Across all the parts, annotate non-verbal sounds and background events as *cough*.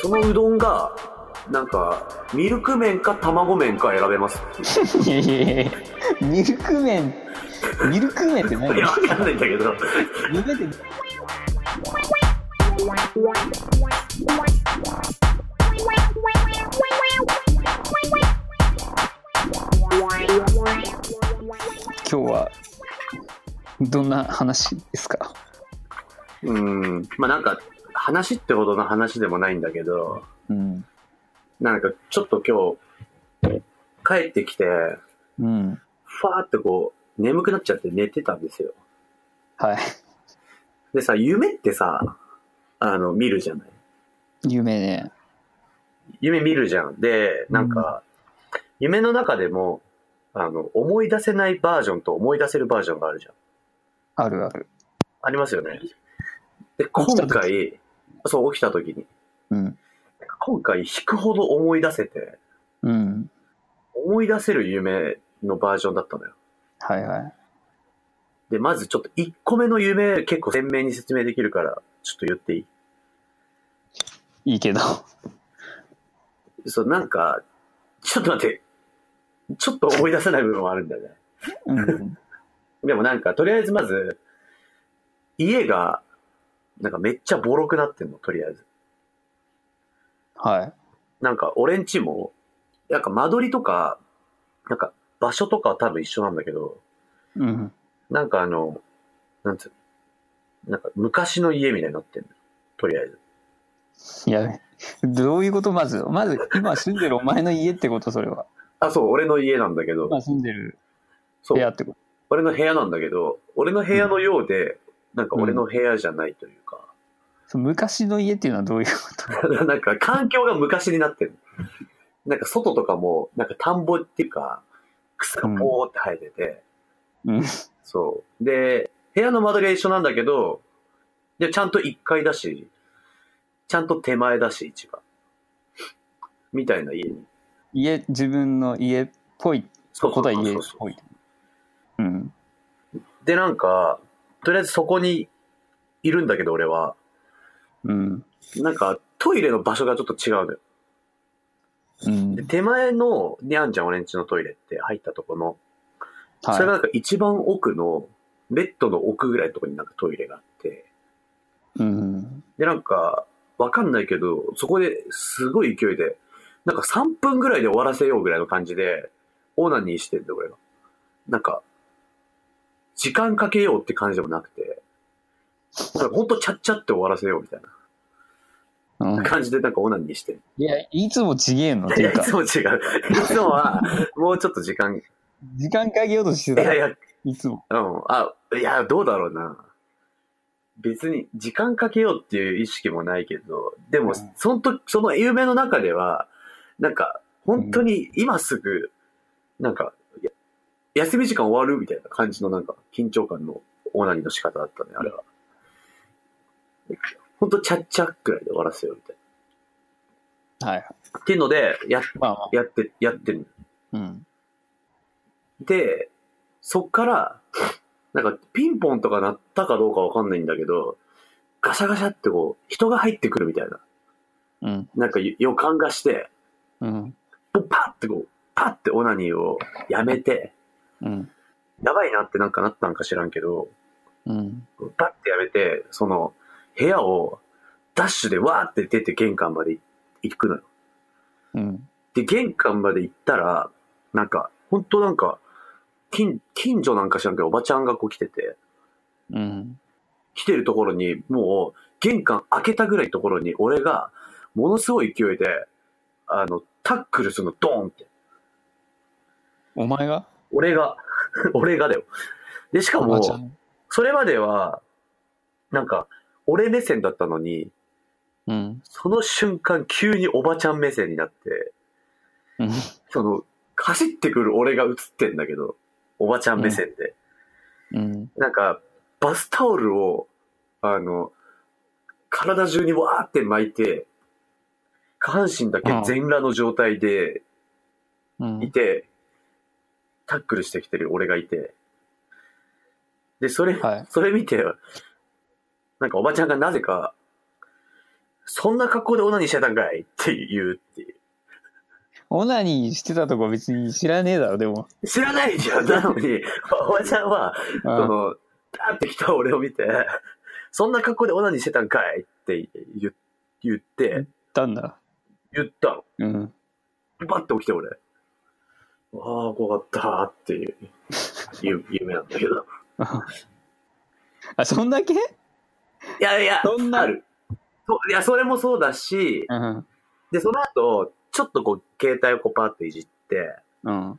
そのうどんが、なんか、ミルク麺か卵麺か選べます。いやいやいやミルク麺、ミルク麺って何いや、わかんないんだけ *laughs* ど。ミルク麺って今日は、どんな話ですかうん。まあなんか、話ってほどの話でもないんだけど、うん。なんかちょっと今日、帰ってきて、うん。ファーってこう、眠くなっちゃって寝てたんですよ。はい。でさ、夢ってさ、あの、見るじゃない。夢ね。夢見るじゃん。で、なんか、夢の中でも、あの、思い出せないバージョンと思い出せるバージョンがあるじゃん。あるある。ありますよね。で、起きた今時回、そう、起きた時に。うん。今回、引くほど思い出せて、うん。思い出せる夢のバージョンだったのよ。はいはい。で、まずちょっと1個目の夢、結構鮮明に説明できるから、ちょっと言っていいいいけど。そう、なんか、ちょっと待って、ちょっと思い出せない部分もあるんだよね。うん。でもなんか、とりあえずまず、家が、なんかめっちゃボロくなってんの、とりあえず。はい。なんか、俺んちも、なんか間取りとか、なんか場所とかは多分一緒なんだけど、うん。なんかあの、なんつうの、なんか昔の家みたいになってんの。とりあえず。いや、どういうことまず、まず今住んでるお前の家ってことそれは。あ、そう、俺の家なんだけど、今住んでるそ部う、屋ってこ俺の部屋なんだけど、俺の部屋のようで、なんか俺の部屋じゃないというか、と。そう昔の家っていうのはどういうこと *laughs* なんか環境が昔になってる。なんか外とかも、なんか田んぼっていうか、草がぼーって生えてて、うん。そう。で、部屋の間取りは一緒なんだけど、で、ちゃんと1階だし、ちゃんと手前だし、一番。みたいな家に。家、自分の家っぽいそうことは家っそうそうぽい。うん。で、なんか、とりあえずそこにいるんだけど、俺は。うん。なんか、トイレの場所がちょっと違うのよ。うんで。手前の、にゃんちゃん俺んちのトイレって入ったとこの、それがはなんか一番奥の、ベッドの奥ぐらいのところになんかトイレがあって、い。うん。で、なんか、わかんないけど、そこですごい勢いで、なんか3分ぐらいで終わらせようぐらいの感じで、オーナニーしてんだよ、俺が。なんか、時間かけようって感じでもなくて、なんかほんとちゃっちゃって終わらせようみたいうんな、感じでなんかオーナニーしてる。いや、いつもちげえのっいていやういかつ、も違う。いつもは、もうちょっと時間、い時間かけようとしてやたい。や、いつも。うん。あ、いや、どうだろうな。別に、時間かけようっていう意識もないけど、でうもん、その時、その夢の中では、なんか、本当に今すぐ、なんか、や休み時間終わるみたいな感じのなんか、緊張感のオーナニーの仕方だったね、あれは。本当ちゃっちゃくらいで終わらせようみたいはい。な。っていうので、や、まあまあ。やって、やってる。うん。で、そっから、なんかピンポンとか鳴ったかどうかわかんないんだけど、ガシャガシャってこう、人が入ってくるみたいな、うん。なんか予感がして、うん。ぼパッてこう、パッてオナニーをやめて、うん。やばいなってなんかなったんか知らんけど、うん。パッてやめて、その、部屋を、ダッシュでわーって出て玄関まで行くのよ。うん。で、玄関まで行ったら、なんか、ほんとなんか、近、近所なんか知らんけど、おばちゃんがこう来てて、うん。来てるところに、もう、玄関開けたぐらいのところに、俺が、ものすごい勢いで、あの、タックルするの、ドーンって。お前が俺が、 *laughs* 俺がだよ。で、しかも、ちゃん。それまでは、なんか、俺目線だったのに、うん。その瞬間、急におばちゃん目線になって、うん。その、走ってくる俺が映ってんだけど、おばちゃん目線で。うん。なんか、バスタオルを、あの、体中にわーって巻いて、下半身だけ全裸の状態でうんい。て、タックルしてきてる俺がいて、で、それ、はいそれ見て、なんかおばちゃんがなぜか、そんな格好でオナニーしてたんかいって言うっていう。オナニーしてたとこ別に知らねえだろ、でも。知らないじゃん。なのに、おばちゃんは、うそんの、ダーって来た俺を見て、 *laughs* そんな格好でオナニーしてたんかいって言言って、たんだ。言ったの。うん。バッて起きて俺。ああ、怖かったっていう、ゆ *laughs* 夢なんだけど。あ、そんだけいやいや、そんなある。そういや、それもそうだし、うん。で、その後、ちょっとこう、携帯をこうパーっていじって、うん。あ、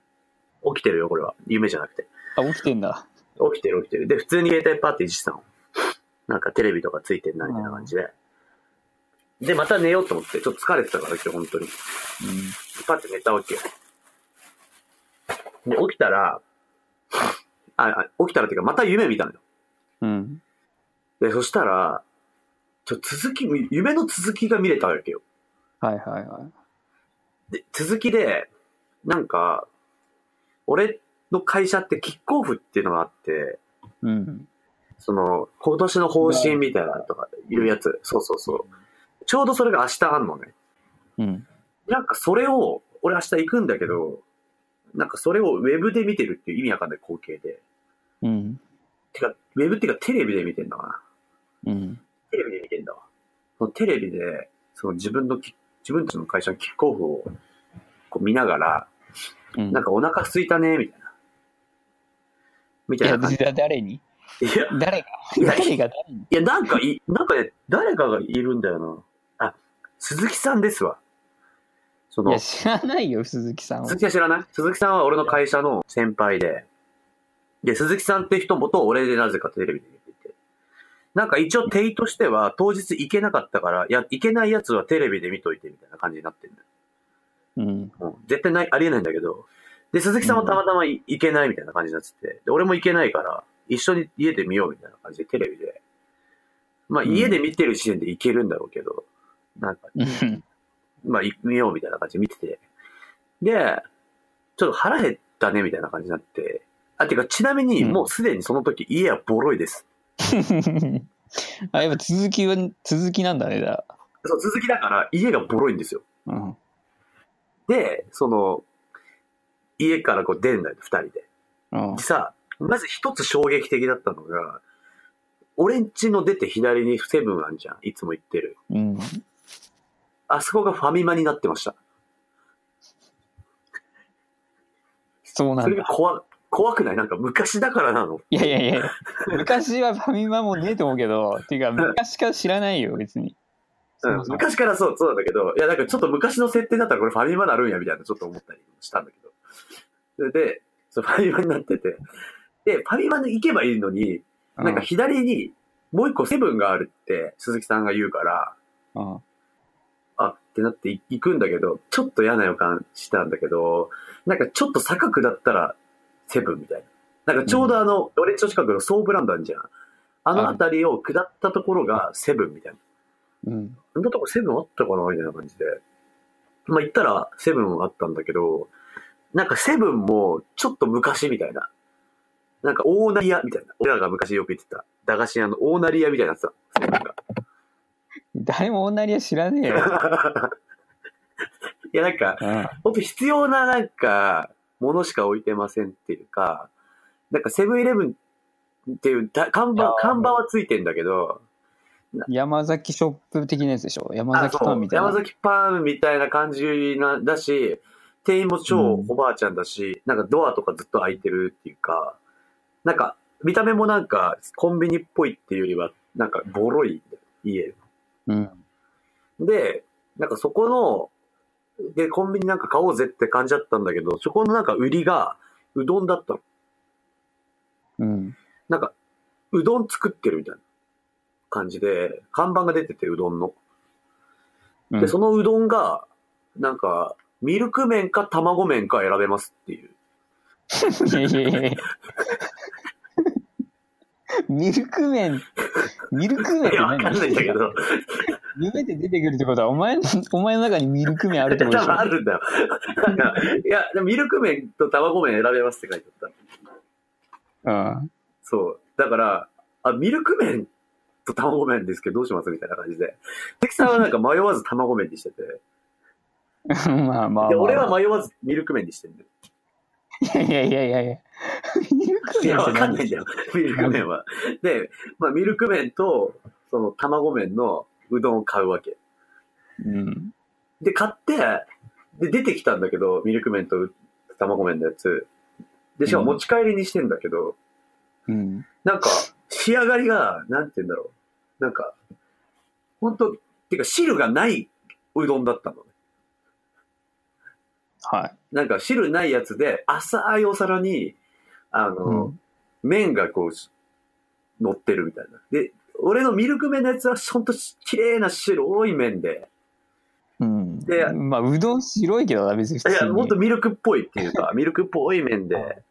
起きてるよ、これは。夢じゃなくて。起きてんだ。起きてる起きてる。で、普通に携帯パーっていじってたの。なんかテレビとかついてんな、みたいな感じで。で、また寝ようと思って、ちょっと疲れてたから、今日本当に。パって寝たわけよ。で、起きたら、あ、あ起きたらっていうか、また夢見たのよ。うん。うん。で、そしたら、ちょ、続き、夢の続きが見れたわけよ。はいはいはい。で、続きで、なんか、俺の会社ってキックオフっていうのがあって、うん。その、今年の方針みたいなのとかいうやつ、そうそうそう。ちょうどそれが明日あんのね。うん。なんかそれを、俺明日行くんだけど、なんかそれをウェブで見てるっていう意味わかんない光景で。うん。てか、ウェブっていうかテレビで見てんだかな。うん。テレビで見てんだわ。そのテレビで、その自分のき、自分たちの会社のキックオフをこう見ながら、うん。なんかお腹空いたね、みたいな。みいたいや、な感じ。だ誰にいや、誰がいや誰が誰にいや、なんかい、なんかね、誰かがいるんだよな。あ、鈴木さんですわ。そいのや、、知らないよ、鈴木さんは鈴。木は知らない鈴木さんは俺の会社の先輩で、で、鈴木さんって人もと俺でなぜかテレビで見てて。なんか一応、定位としては、当日行けなかったから、いや、行けないやつはテレビで見といてみたいな感じになってんだよ。うん。もう絶対ない、ありえないんだけど。で、鈴木さんもたまたまい行けないみたいな感じになってて、で、俺も行けないから、一緒に家で見ようみたいな感じで、テレビで。まあ、うん家で見てる時点で行けるんだろうけど、なんか、うんまあ、い見ようみたいな感じで見てて。で、ちょっと腹減ったねみたいな感じになって、あ、てか、ちなみに、うんもうすでにその時、家はボロいです。あ、やっぱ続きは、続きなんだね、だ。そう、続きだから、家がボロいんですよ。うん。で、その、家からこう出るんだよ、二人で。うんで。さ、まず一つ衝撃的だったのが、俺んちの出て左にセブンあんじゃん。いつも行ってる。うん。あそこがファミマになってました。そうなそんれがだ。怖、怖くないなんか昔だからなの。いやいやいや、昔はファミマもねえと思うけど、っていうか、昔から知らないよ、別に。うんそうそう昔からそう、そうなんだけど、いや、なんかちょっと昔の設定だったらこれファミマなるんや、みたいなちょっと思ったりしたんだけど。それで、そうファミマになってて。で、ファミマに行けばいいのに、うなんか左にもう一個セブンがあるって鈴木さんが言うから、うんあってなってい行くんだけど、ちょっと嫌な予感したんだけど、なんかちょっと坂下ったらセブンみたいな。なんかちょうどあの、俺んちの近くのソーブランドあるじゃん。あの辺りを下ったところがセブンみたいな。うん。あんなとこセブンあったかなみたいな感じで。まあ行ったらセブンあったんだけど、なんかセブンもちょっと昔みたいな。なんか大成屋みたいな。俺らが昔よく言ってた。駄菓子屋の大成屋みたいなやつだ。セブンが誰も女には知らねえ *laughs* よ。いやなんか、うん。本当必要ななんか、ものしか置いてませんっていうか、なんかセブンイレブンっていうだ看いや板ー、看板はついてんだけど、山崎ショップ的なやつでしょ山あ崎パそうンみたいな。山崎パンみたいな感じなだし、店員も超おばあちゃんだし、なんかドアとかずっと開いてるっていうか、なんか見た目もなんかコンビニっぽいっていうよりは、なんかボロい家。うん。で、なんかそこの、で、コンビニなんか買おうぜって感じだったんだけど、そこのなんか売りが、うどんだったの。うん。なんか、うどん作ってるみたいな感じで、看板が出てて、うどんの。うんで、そのうどんが、なんか、ミルク麺か卵麺か選べますっていう。いやいやいやいや *laughs* ミルク麺、ミルク麺っいてや、何わかんないんだけど、夢で出てくるってことは、お前の、お前の中にミルク麺あるって多ことでし分あるんだよ。なんか、いや、でもミルク麺と卵麺選べますって書いてあった。ょ。うん。 *laughs* そう。だから、あ、ミルク麺と卵麺ですけどどうしますみたいな感じで。関さんはなんか迷わず卵麺にしてて。 *laughs* まあまあまあ。で、俺は迷わずミルク麺にしてんだよ。いやいやいやいや。ミルクい麺や、ってわか何んない *laughs* んだよ。ミルク麺は。で、まあ、ミルク麺と、その、卵麺のうどんを買うわけ。うん。で、買って、で、出てきたんだけど、ミルク麺と卵麺のやつ。で、しかも持ち帰りにしてんだけど、うん。なんか、仕上がりが、なんて言うんだろう。なんか、ほんと、てか汁がないうどんだったのね。はなんか汁ないやつで、浅いお皿に、あい。の、麺がこう、乗ってるみたいな。で、俺のミルク麺のやつは、ほんと、綺麗な白い麺で、うん。でまあ、うどん白いけどな、別に普い通に。や、ほんとミルクっぽいっていうか、ミルクっぽい麺で、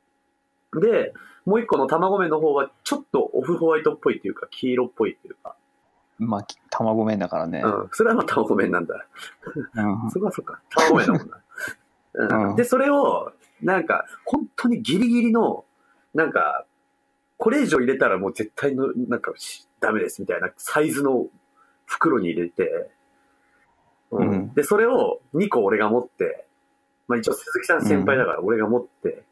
で、もう一個の卵麺の方は、ちょっとオフホワイトっぽいっていうか、黄色っぽいっていうか、まあ、き卵麺だからね。うん、それはまあ卵麺なんだ。うんそこはそっか。卵麺だもんな。う *laughs* うんん、で、それを、なんか、本当にギリギリの、なんか、これ以上入れたらもう絶対の、なんかし、ダメですみたいなサイズの袋に入れて、うんうんで、それを2個俺が持って、まあ一応鈴木さん先輩だから俺が持って、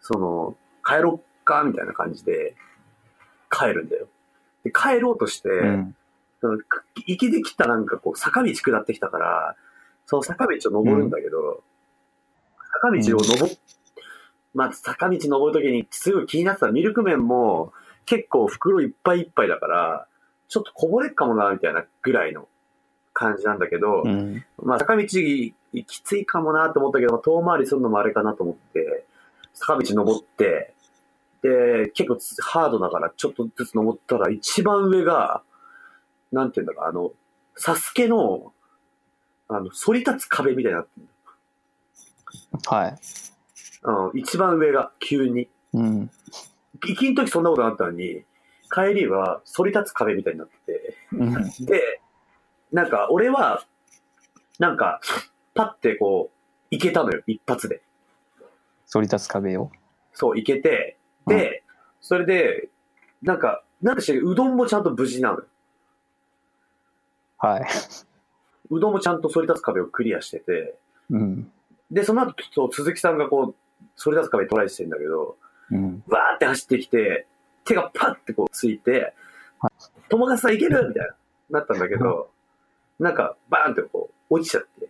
その、帰ろっか、みたいな感じで、帰るんだよ。で、帰ろうとして、うん。そのく行きできたなんかこう坂道下ってきたから、その坂道を登るんだけど、坂道を登っ、まあ坂道登るときにすごい気になってたミルク麺も結構袋いっぱいいっぱいだから、ちょっとこぼれっかもな、みたいなぐらいの感じなんだけど、うん。まあ坂道きついかもなと思ったけど、遠回りするのもあれかなと思って、坂道登って、で、結構つハードだからちょっとずつ登ったら一番上が、なんていうんだか、あの、サスケの、あの、反り立つ壁みたいになってるはい。あの一番上が急に。うん。行きん時そんなことなかったのに、帰りは反り立つ壁みたいになってて、うん。で、なんか俺は、なんか、パッてこう、行けたのよ、一発で。反り立つ壁を。そう、行けて、で、それで、なんか、なんかして、うどんもちゃんと無事なのよ。はい。うどんもちゃんと反り立つ壁をクリアしてて、うん。で、その後、そう鈴木さんがこう、反り立つ壁トライしてんだけど、うん。わーって走ってきて、手がパッてこうついて、友達さんいけるみたいな、なったんだけど、なんか、バーンってこう、落ちちゃって。っ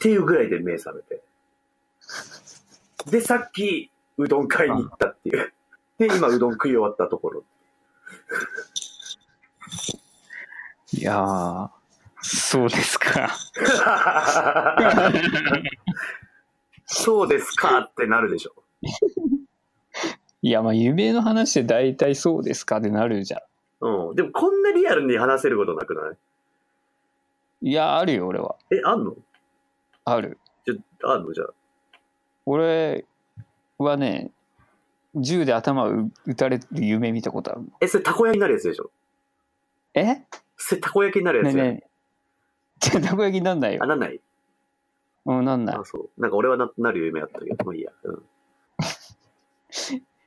ていうぐらいで目覚めて。で、さっき、うどん買いに行ったっていう。で、今、うどん食い終わったところ。いやー、そうですか。 *laughs* そうですかってなるでしょ。いや、まあ、夢の話で大体そうですかってなるじゃうん。でもこんなリアルに話せることなくないん。いや、あるよ、俺は。え、あんのある。じゃ、あんのじゃあ。俺はね、銃で頭を撃たれる夢見たことある。え、それたこ焼きになるやつでしょえねそれたこ焼きになるえやつ、ねえ。じゃあ、たこ焼きになんないあ、よ。なんないうん、なんないあ、。そう。なんか俺はななる夢あったけど、まあいいや。うん。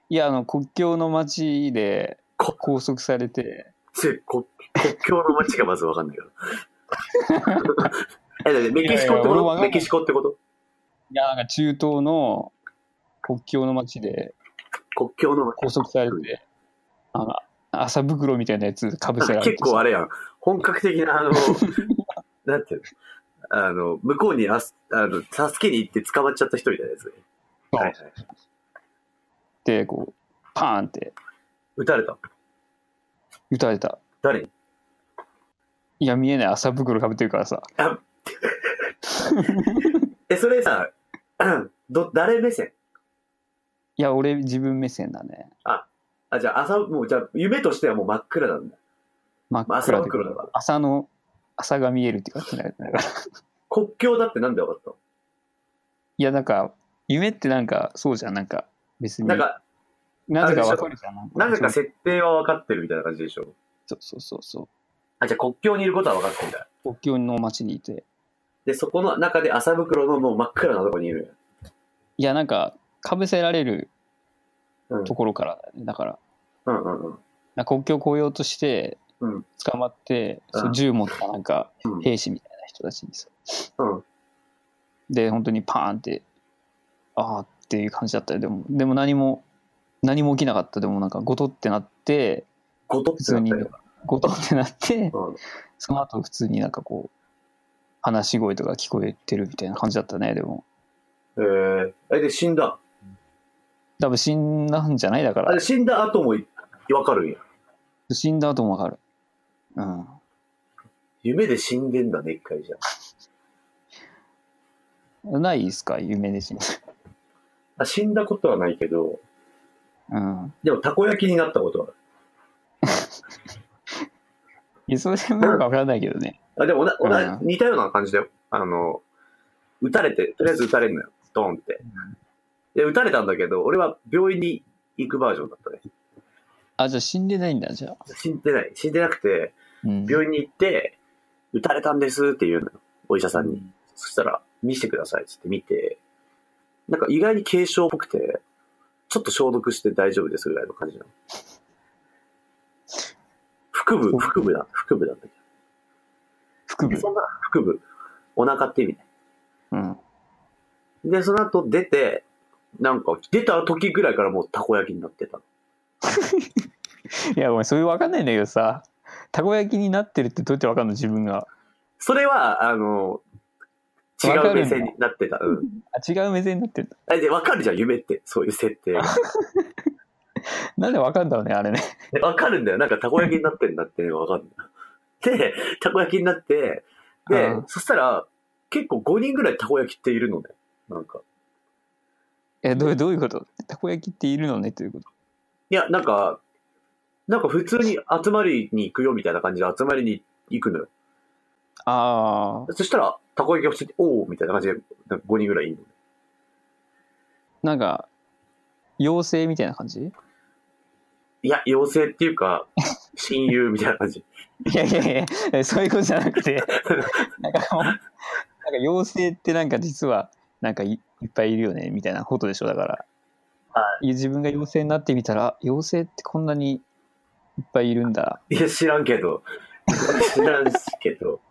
いや、あの、国境の街でこ拘束されて、つこ国境の街がまずわかんない *laughs* から。え、だってメキシコっていやいやこ俺とわかんないメキシコってこといや、なんか中東の国境の街で国境の拘束されて、あの、麻袋みたいなやつかぶせら街。れ *laughs* て。結構あれやん。本格的な、あ *laughs* の、なんていうのあの、向こうにあすあの助けに行って捕まっちゃった人みたいなやつね。そうはいはい。で、こう、パーンって撃たれた。撃たれた。誰にいや、見えない麻袋かぶってるからさ。あえ、それさ、 *clears throat* ど、誰目線いや、俺自分目線だね。あ、じゃあ朝、もう、じゃあ夢としてはもう真っ暗なんだ。真っまあ暗麻で袋だから。朝の、朝が見えるっていうか、だから。国境だってなんで分かったのいや、なんか、夢ってなんか、そうじゃん、なんか、別に。なん、か、なぜかわかるじゃん。なぜかそう設定は分かってるみたいな感じでしょ。そうそうそう。あ、じゃあ国境にいることは分かってんだ。国境の街にいて。で、そこの中で朝袋のもう真っ暗なとこにいる。いや、なんか、かぶせられるうん。ところからだね、だから、うんうんうん。な国境を越えようとしてうん捕まって、うんそう銃持ったなんかうん兵士みたいな人たちにさうん。で本当にパーンってああっていう感じだったよでもでも何も何も起きなかったでもなんかゴトってなってごとっ普てな通っにたよ。ゴトってなってうん。その後普通になんかこう話し声とか聞こえてるみたいな感じだったねでもえー、え、で、死んだ。多分死んだんじゃないだかあられ、死んだ後もいわかるんや。死んだ後もわかるうん夢で死んでんだね、一回じゃあ。ないですか夢で死んだあ死んだことはないけど、うんでも、たこ焼きになったことはある。いやそれもなんかわからないけどねあ、でもおな、おな、う似たような感じだよ。あの、撃たれて、とりあえず撃たれるのよ。ドーンって。で、撃たれたんだけど、俺は病院に行くバージョンだったね。あじゃあ死んでないんだじゃあ、死んでない。死んでなくて、うん、病院に行って、撃たれたんですって言うのよ。お医者さんに。そしたら、見せてくださいっつって見て、なんか意外に軽症っぽくて、ちょっと消毒して大丈夫ですぐらいの感じなの。腹部、腹部だ。腹部なんだけ腹ど。部そんな腹部。お腹って意味ね。うんで、その後出て、なんか出た時ぐらいからもうたこ焼きになってたの。いやごめんそれわかんないんだけどさたこ焼きになってるってどうやってわかんの自分がそれは、あの、違わかるうん目だ線になってた。うん。あ違う目線になってるえで、わかるじゃん、夢って。そういう設定が。なんでわかんだろうねあれねでわかるんだよ。なんかたこ焼きになってんだっていうのがわかるんだよ。で、たこ焼きになって、でうん、そしたら、結構5人ぐらいたこ焼きっているのね。なんか。えどうどういうことたこ焼きっているのねということいや、なんか、なんか普通に集まりに行くよみたいな感じで集まりに行くのよ。ああそしたら、たこ焼きが普通に、おおみたいな感じで、なんか5人ぐらいいるの。なんか妖精みたいな感じいいや、妖精っていう *laughs* か、親友みたいな感じ。や *laughs* いやいやそういうことじゃな *laughs* くてなんかもうなんか妖精ってなんか実はなんかいいっぱいいるよねみたいなことでしょだからはい自分が妖精になってみたらあ妖精ってこんなにいっぱいいるんだいや、知らんけど。知らんけど。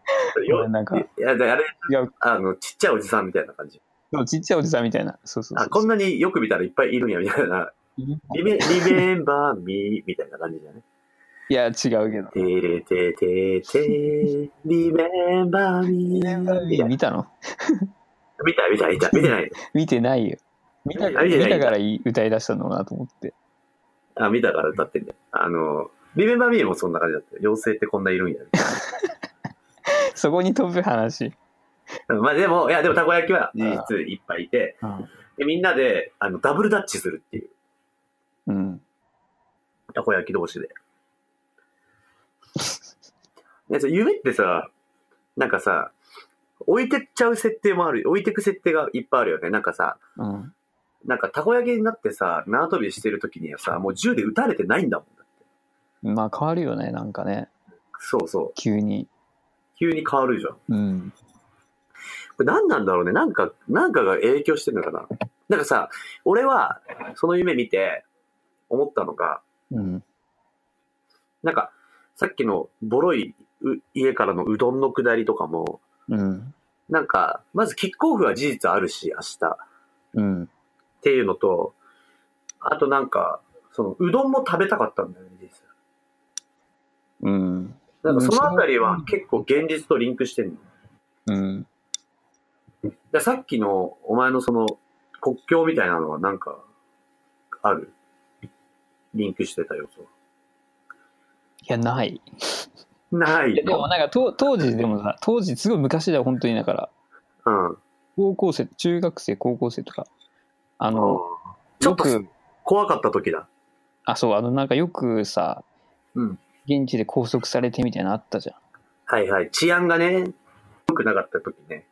よなんかいや、であれ、いやあの、ちっちゃいおじさんみたいな感じ。そうちっちゃいおじさんみたいなそうそうそうあ、こんなによく見たらいっぱいいるんや、みたい *laughs* な。リメ、リメンバーミーみたいな感じだね。いや違うけどてれててて、リメンバーミー。いや見たの見た、見た、見た、見て *laughs* ない。見てないよ見た見てない見たからいい歌い出したのかなと思ってあ、見たから歌ってんだよ。あの、リメンバーミーもそんな感じだったよ。妖精ってこんない *laughs* るんや。みたいそこに飛ぶ話、なまあでも、いや、でもたこ焼きは事実いっぱいいて、でみんなで、あの、ダブルダッチするっていう。うん、たこ焼き同士で。ねそう夢ってさ、なんかさ、置いてっちゃう設定もある、置いてく設定がいっぱいあるよね。なんかさ、うん、なんかたこ焼きになってさ、縄跳びしてる時にはさ、もう銃で撃たれてないんだもん。まあ変わるよねなんかねそうそう。急に急に変わるじゃん。こうんれ何なんだろうね。なんか、なんかが影響してるのかな。なんかさ、俺は、その夢見て、思ったのが、うんなんか、さっきのボロいう家からのうどんの下りとかも、うんなんか、まずキックオフは事実あるし、明日っうんていうのと、あとなんか、その、うどんも食べたかったんだよね、実際うんなんかそのあたりうはん結構現実とリンクしてんの。だかうんらさっきのお前のその国境みたいなのはなんか、ある。リンクしてた要素。いやないないいやでもの。なんかと当時でもさ当時すごい昔だよ本当にだからうん。高校生中学生高校生とかあのちょっとよく怖かった時だ。あそうあのなんかよくさ、うん現地で拘束されてみたいなのあったじゃんはいはい。治安がね、良くなかった時 *laughs* ね。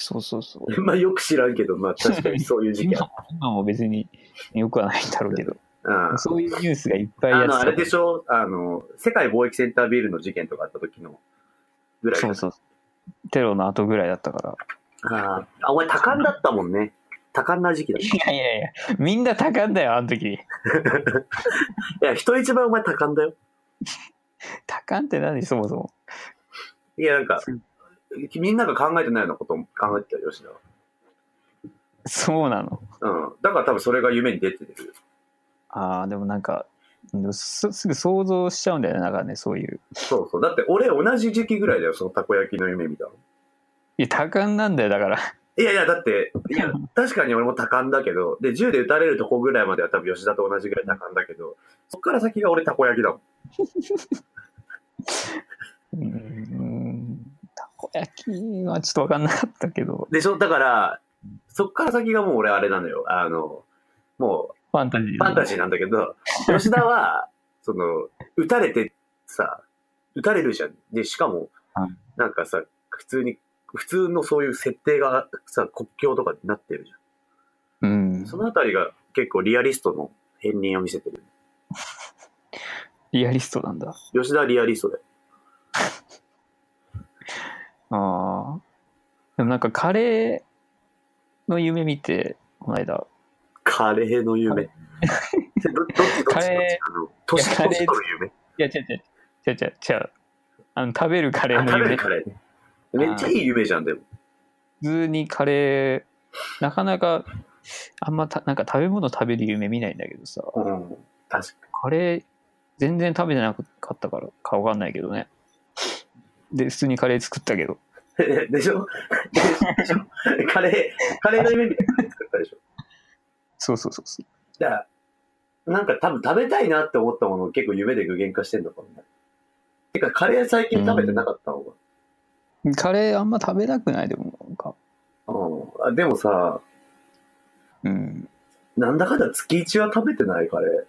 そうそうそうまあよく知らんけど、まあ確かにそういう事件今。 *laughs* も今も別によくはないんだろうけどうん。そういうニュースがいっぱいやあっての、たあれでしょあの、世界貿易センタービルの事件とかあった時のぐらいそうそうテロの後ぐらいだったからあーあ、お前多感だったもんね。多感な時期だ。いいやいやいやみんな高んだよあの時や、人一倍お前多感だよ。多感って何そもそも。いや、なんかそう、みんなが考えてないようなことを考えてたよ、吉田は。そうなの。うん。だから多分それが夢に出てる。ああ、でもなんか、でもすすぐ想像しちゃうんだよね、なんかね、そういう。そうそう。だって俺同じ時期ぐらいだよ、そのたこ焼きの夢見たの。いや、多感なんだよ、だから。 *laughs* いやいや、だって、いや、確かに俺も多感だけど、で、銃で撃たれるとこぐらいまでは多分吉田と同じぐらい多感だけど、そっから先が俺たこ焼きだもん。うーん、たこ焼きはちょっと分かんなかったけど、でしょだから、そっから先がもう俺あれなのよ。あの、もファンタジーう、だフね。ァンタジーなんだけど、吉田は、 *laughs* その、撃たれてさ、撃たれるじゃん。で、しかもうん、なんかさ、普通に、普通のそういう設定がさ、国境とかになってるじゃん。うん。そのあたりが結構リアリストの片鱗を見せてる。リアリストなんだ。吉田はリアリストだよ。ああ。でもなんかカレーの夢見て、この間。カレーの夢。どどっちどっちどっちカレあの年カレー年取る夢。いや、違う違う違う違う違う。あの、食べるカレーあの食べ夢。る普カレーね。めっちゃいい夢じゃん、でも。通にカレー、なかなか、あんまた、なんか食べ物食べる夢見ないんだけどさ、うん。確かカレー、全然食べてなかったからかわかんないけどね。で、普通にカレー作ったけど。に。 *laughs* でしょでしょ *laughs* カレー、カレーの夢みたいなの作ったでしょ。そうそうそうそう。だから、なんか多分食べたいなって思ったものを結構夢で具現化してんのかもね。てか、カレー最近食べてなかったのか。カレーあんま食べたくないでもなんか、うん。あでもさ、うん、なんだかんだ月1は食べてないカレー。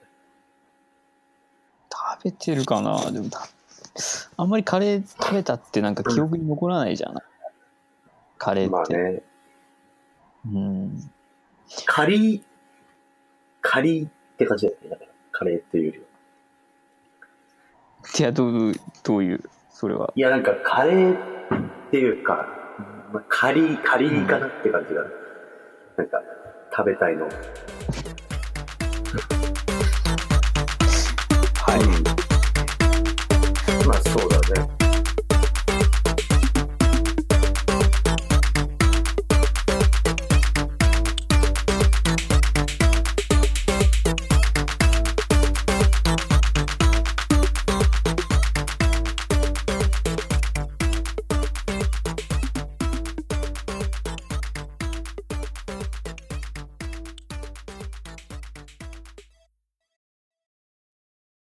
食べてるかなでもたあんまりカレー食べたってなんか記憶に残らないじゃん、カレーって、まあね、うん、カリー、カリーって感じだよね。だからカレーっていうよりは。いやどうどういうそれはいや、なんかカレーっていうか、まあカリー、カリーかなって感じが、なんか、食べたいの。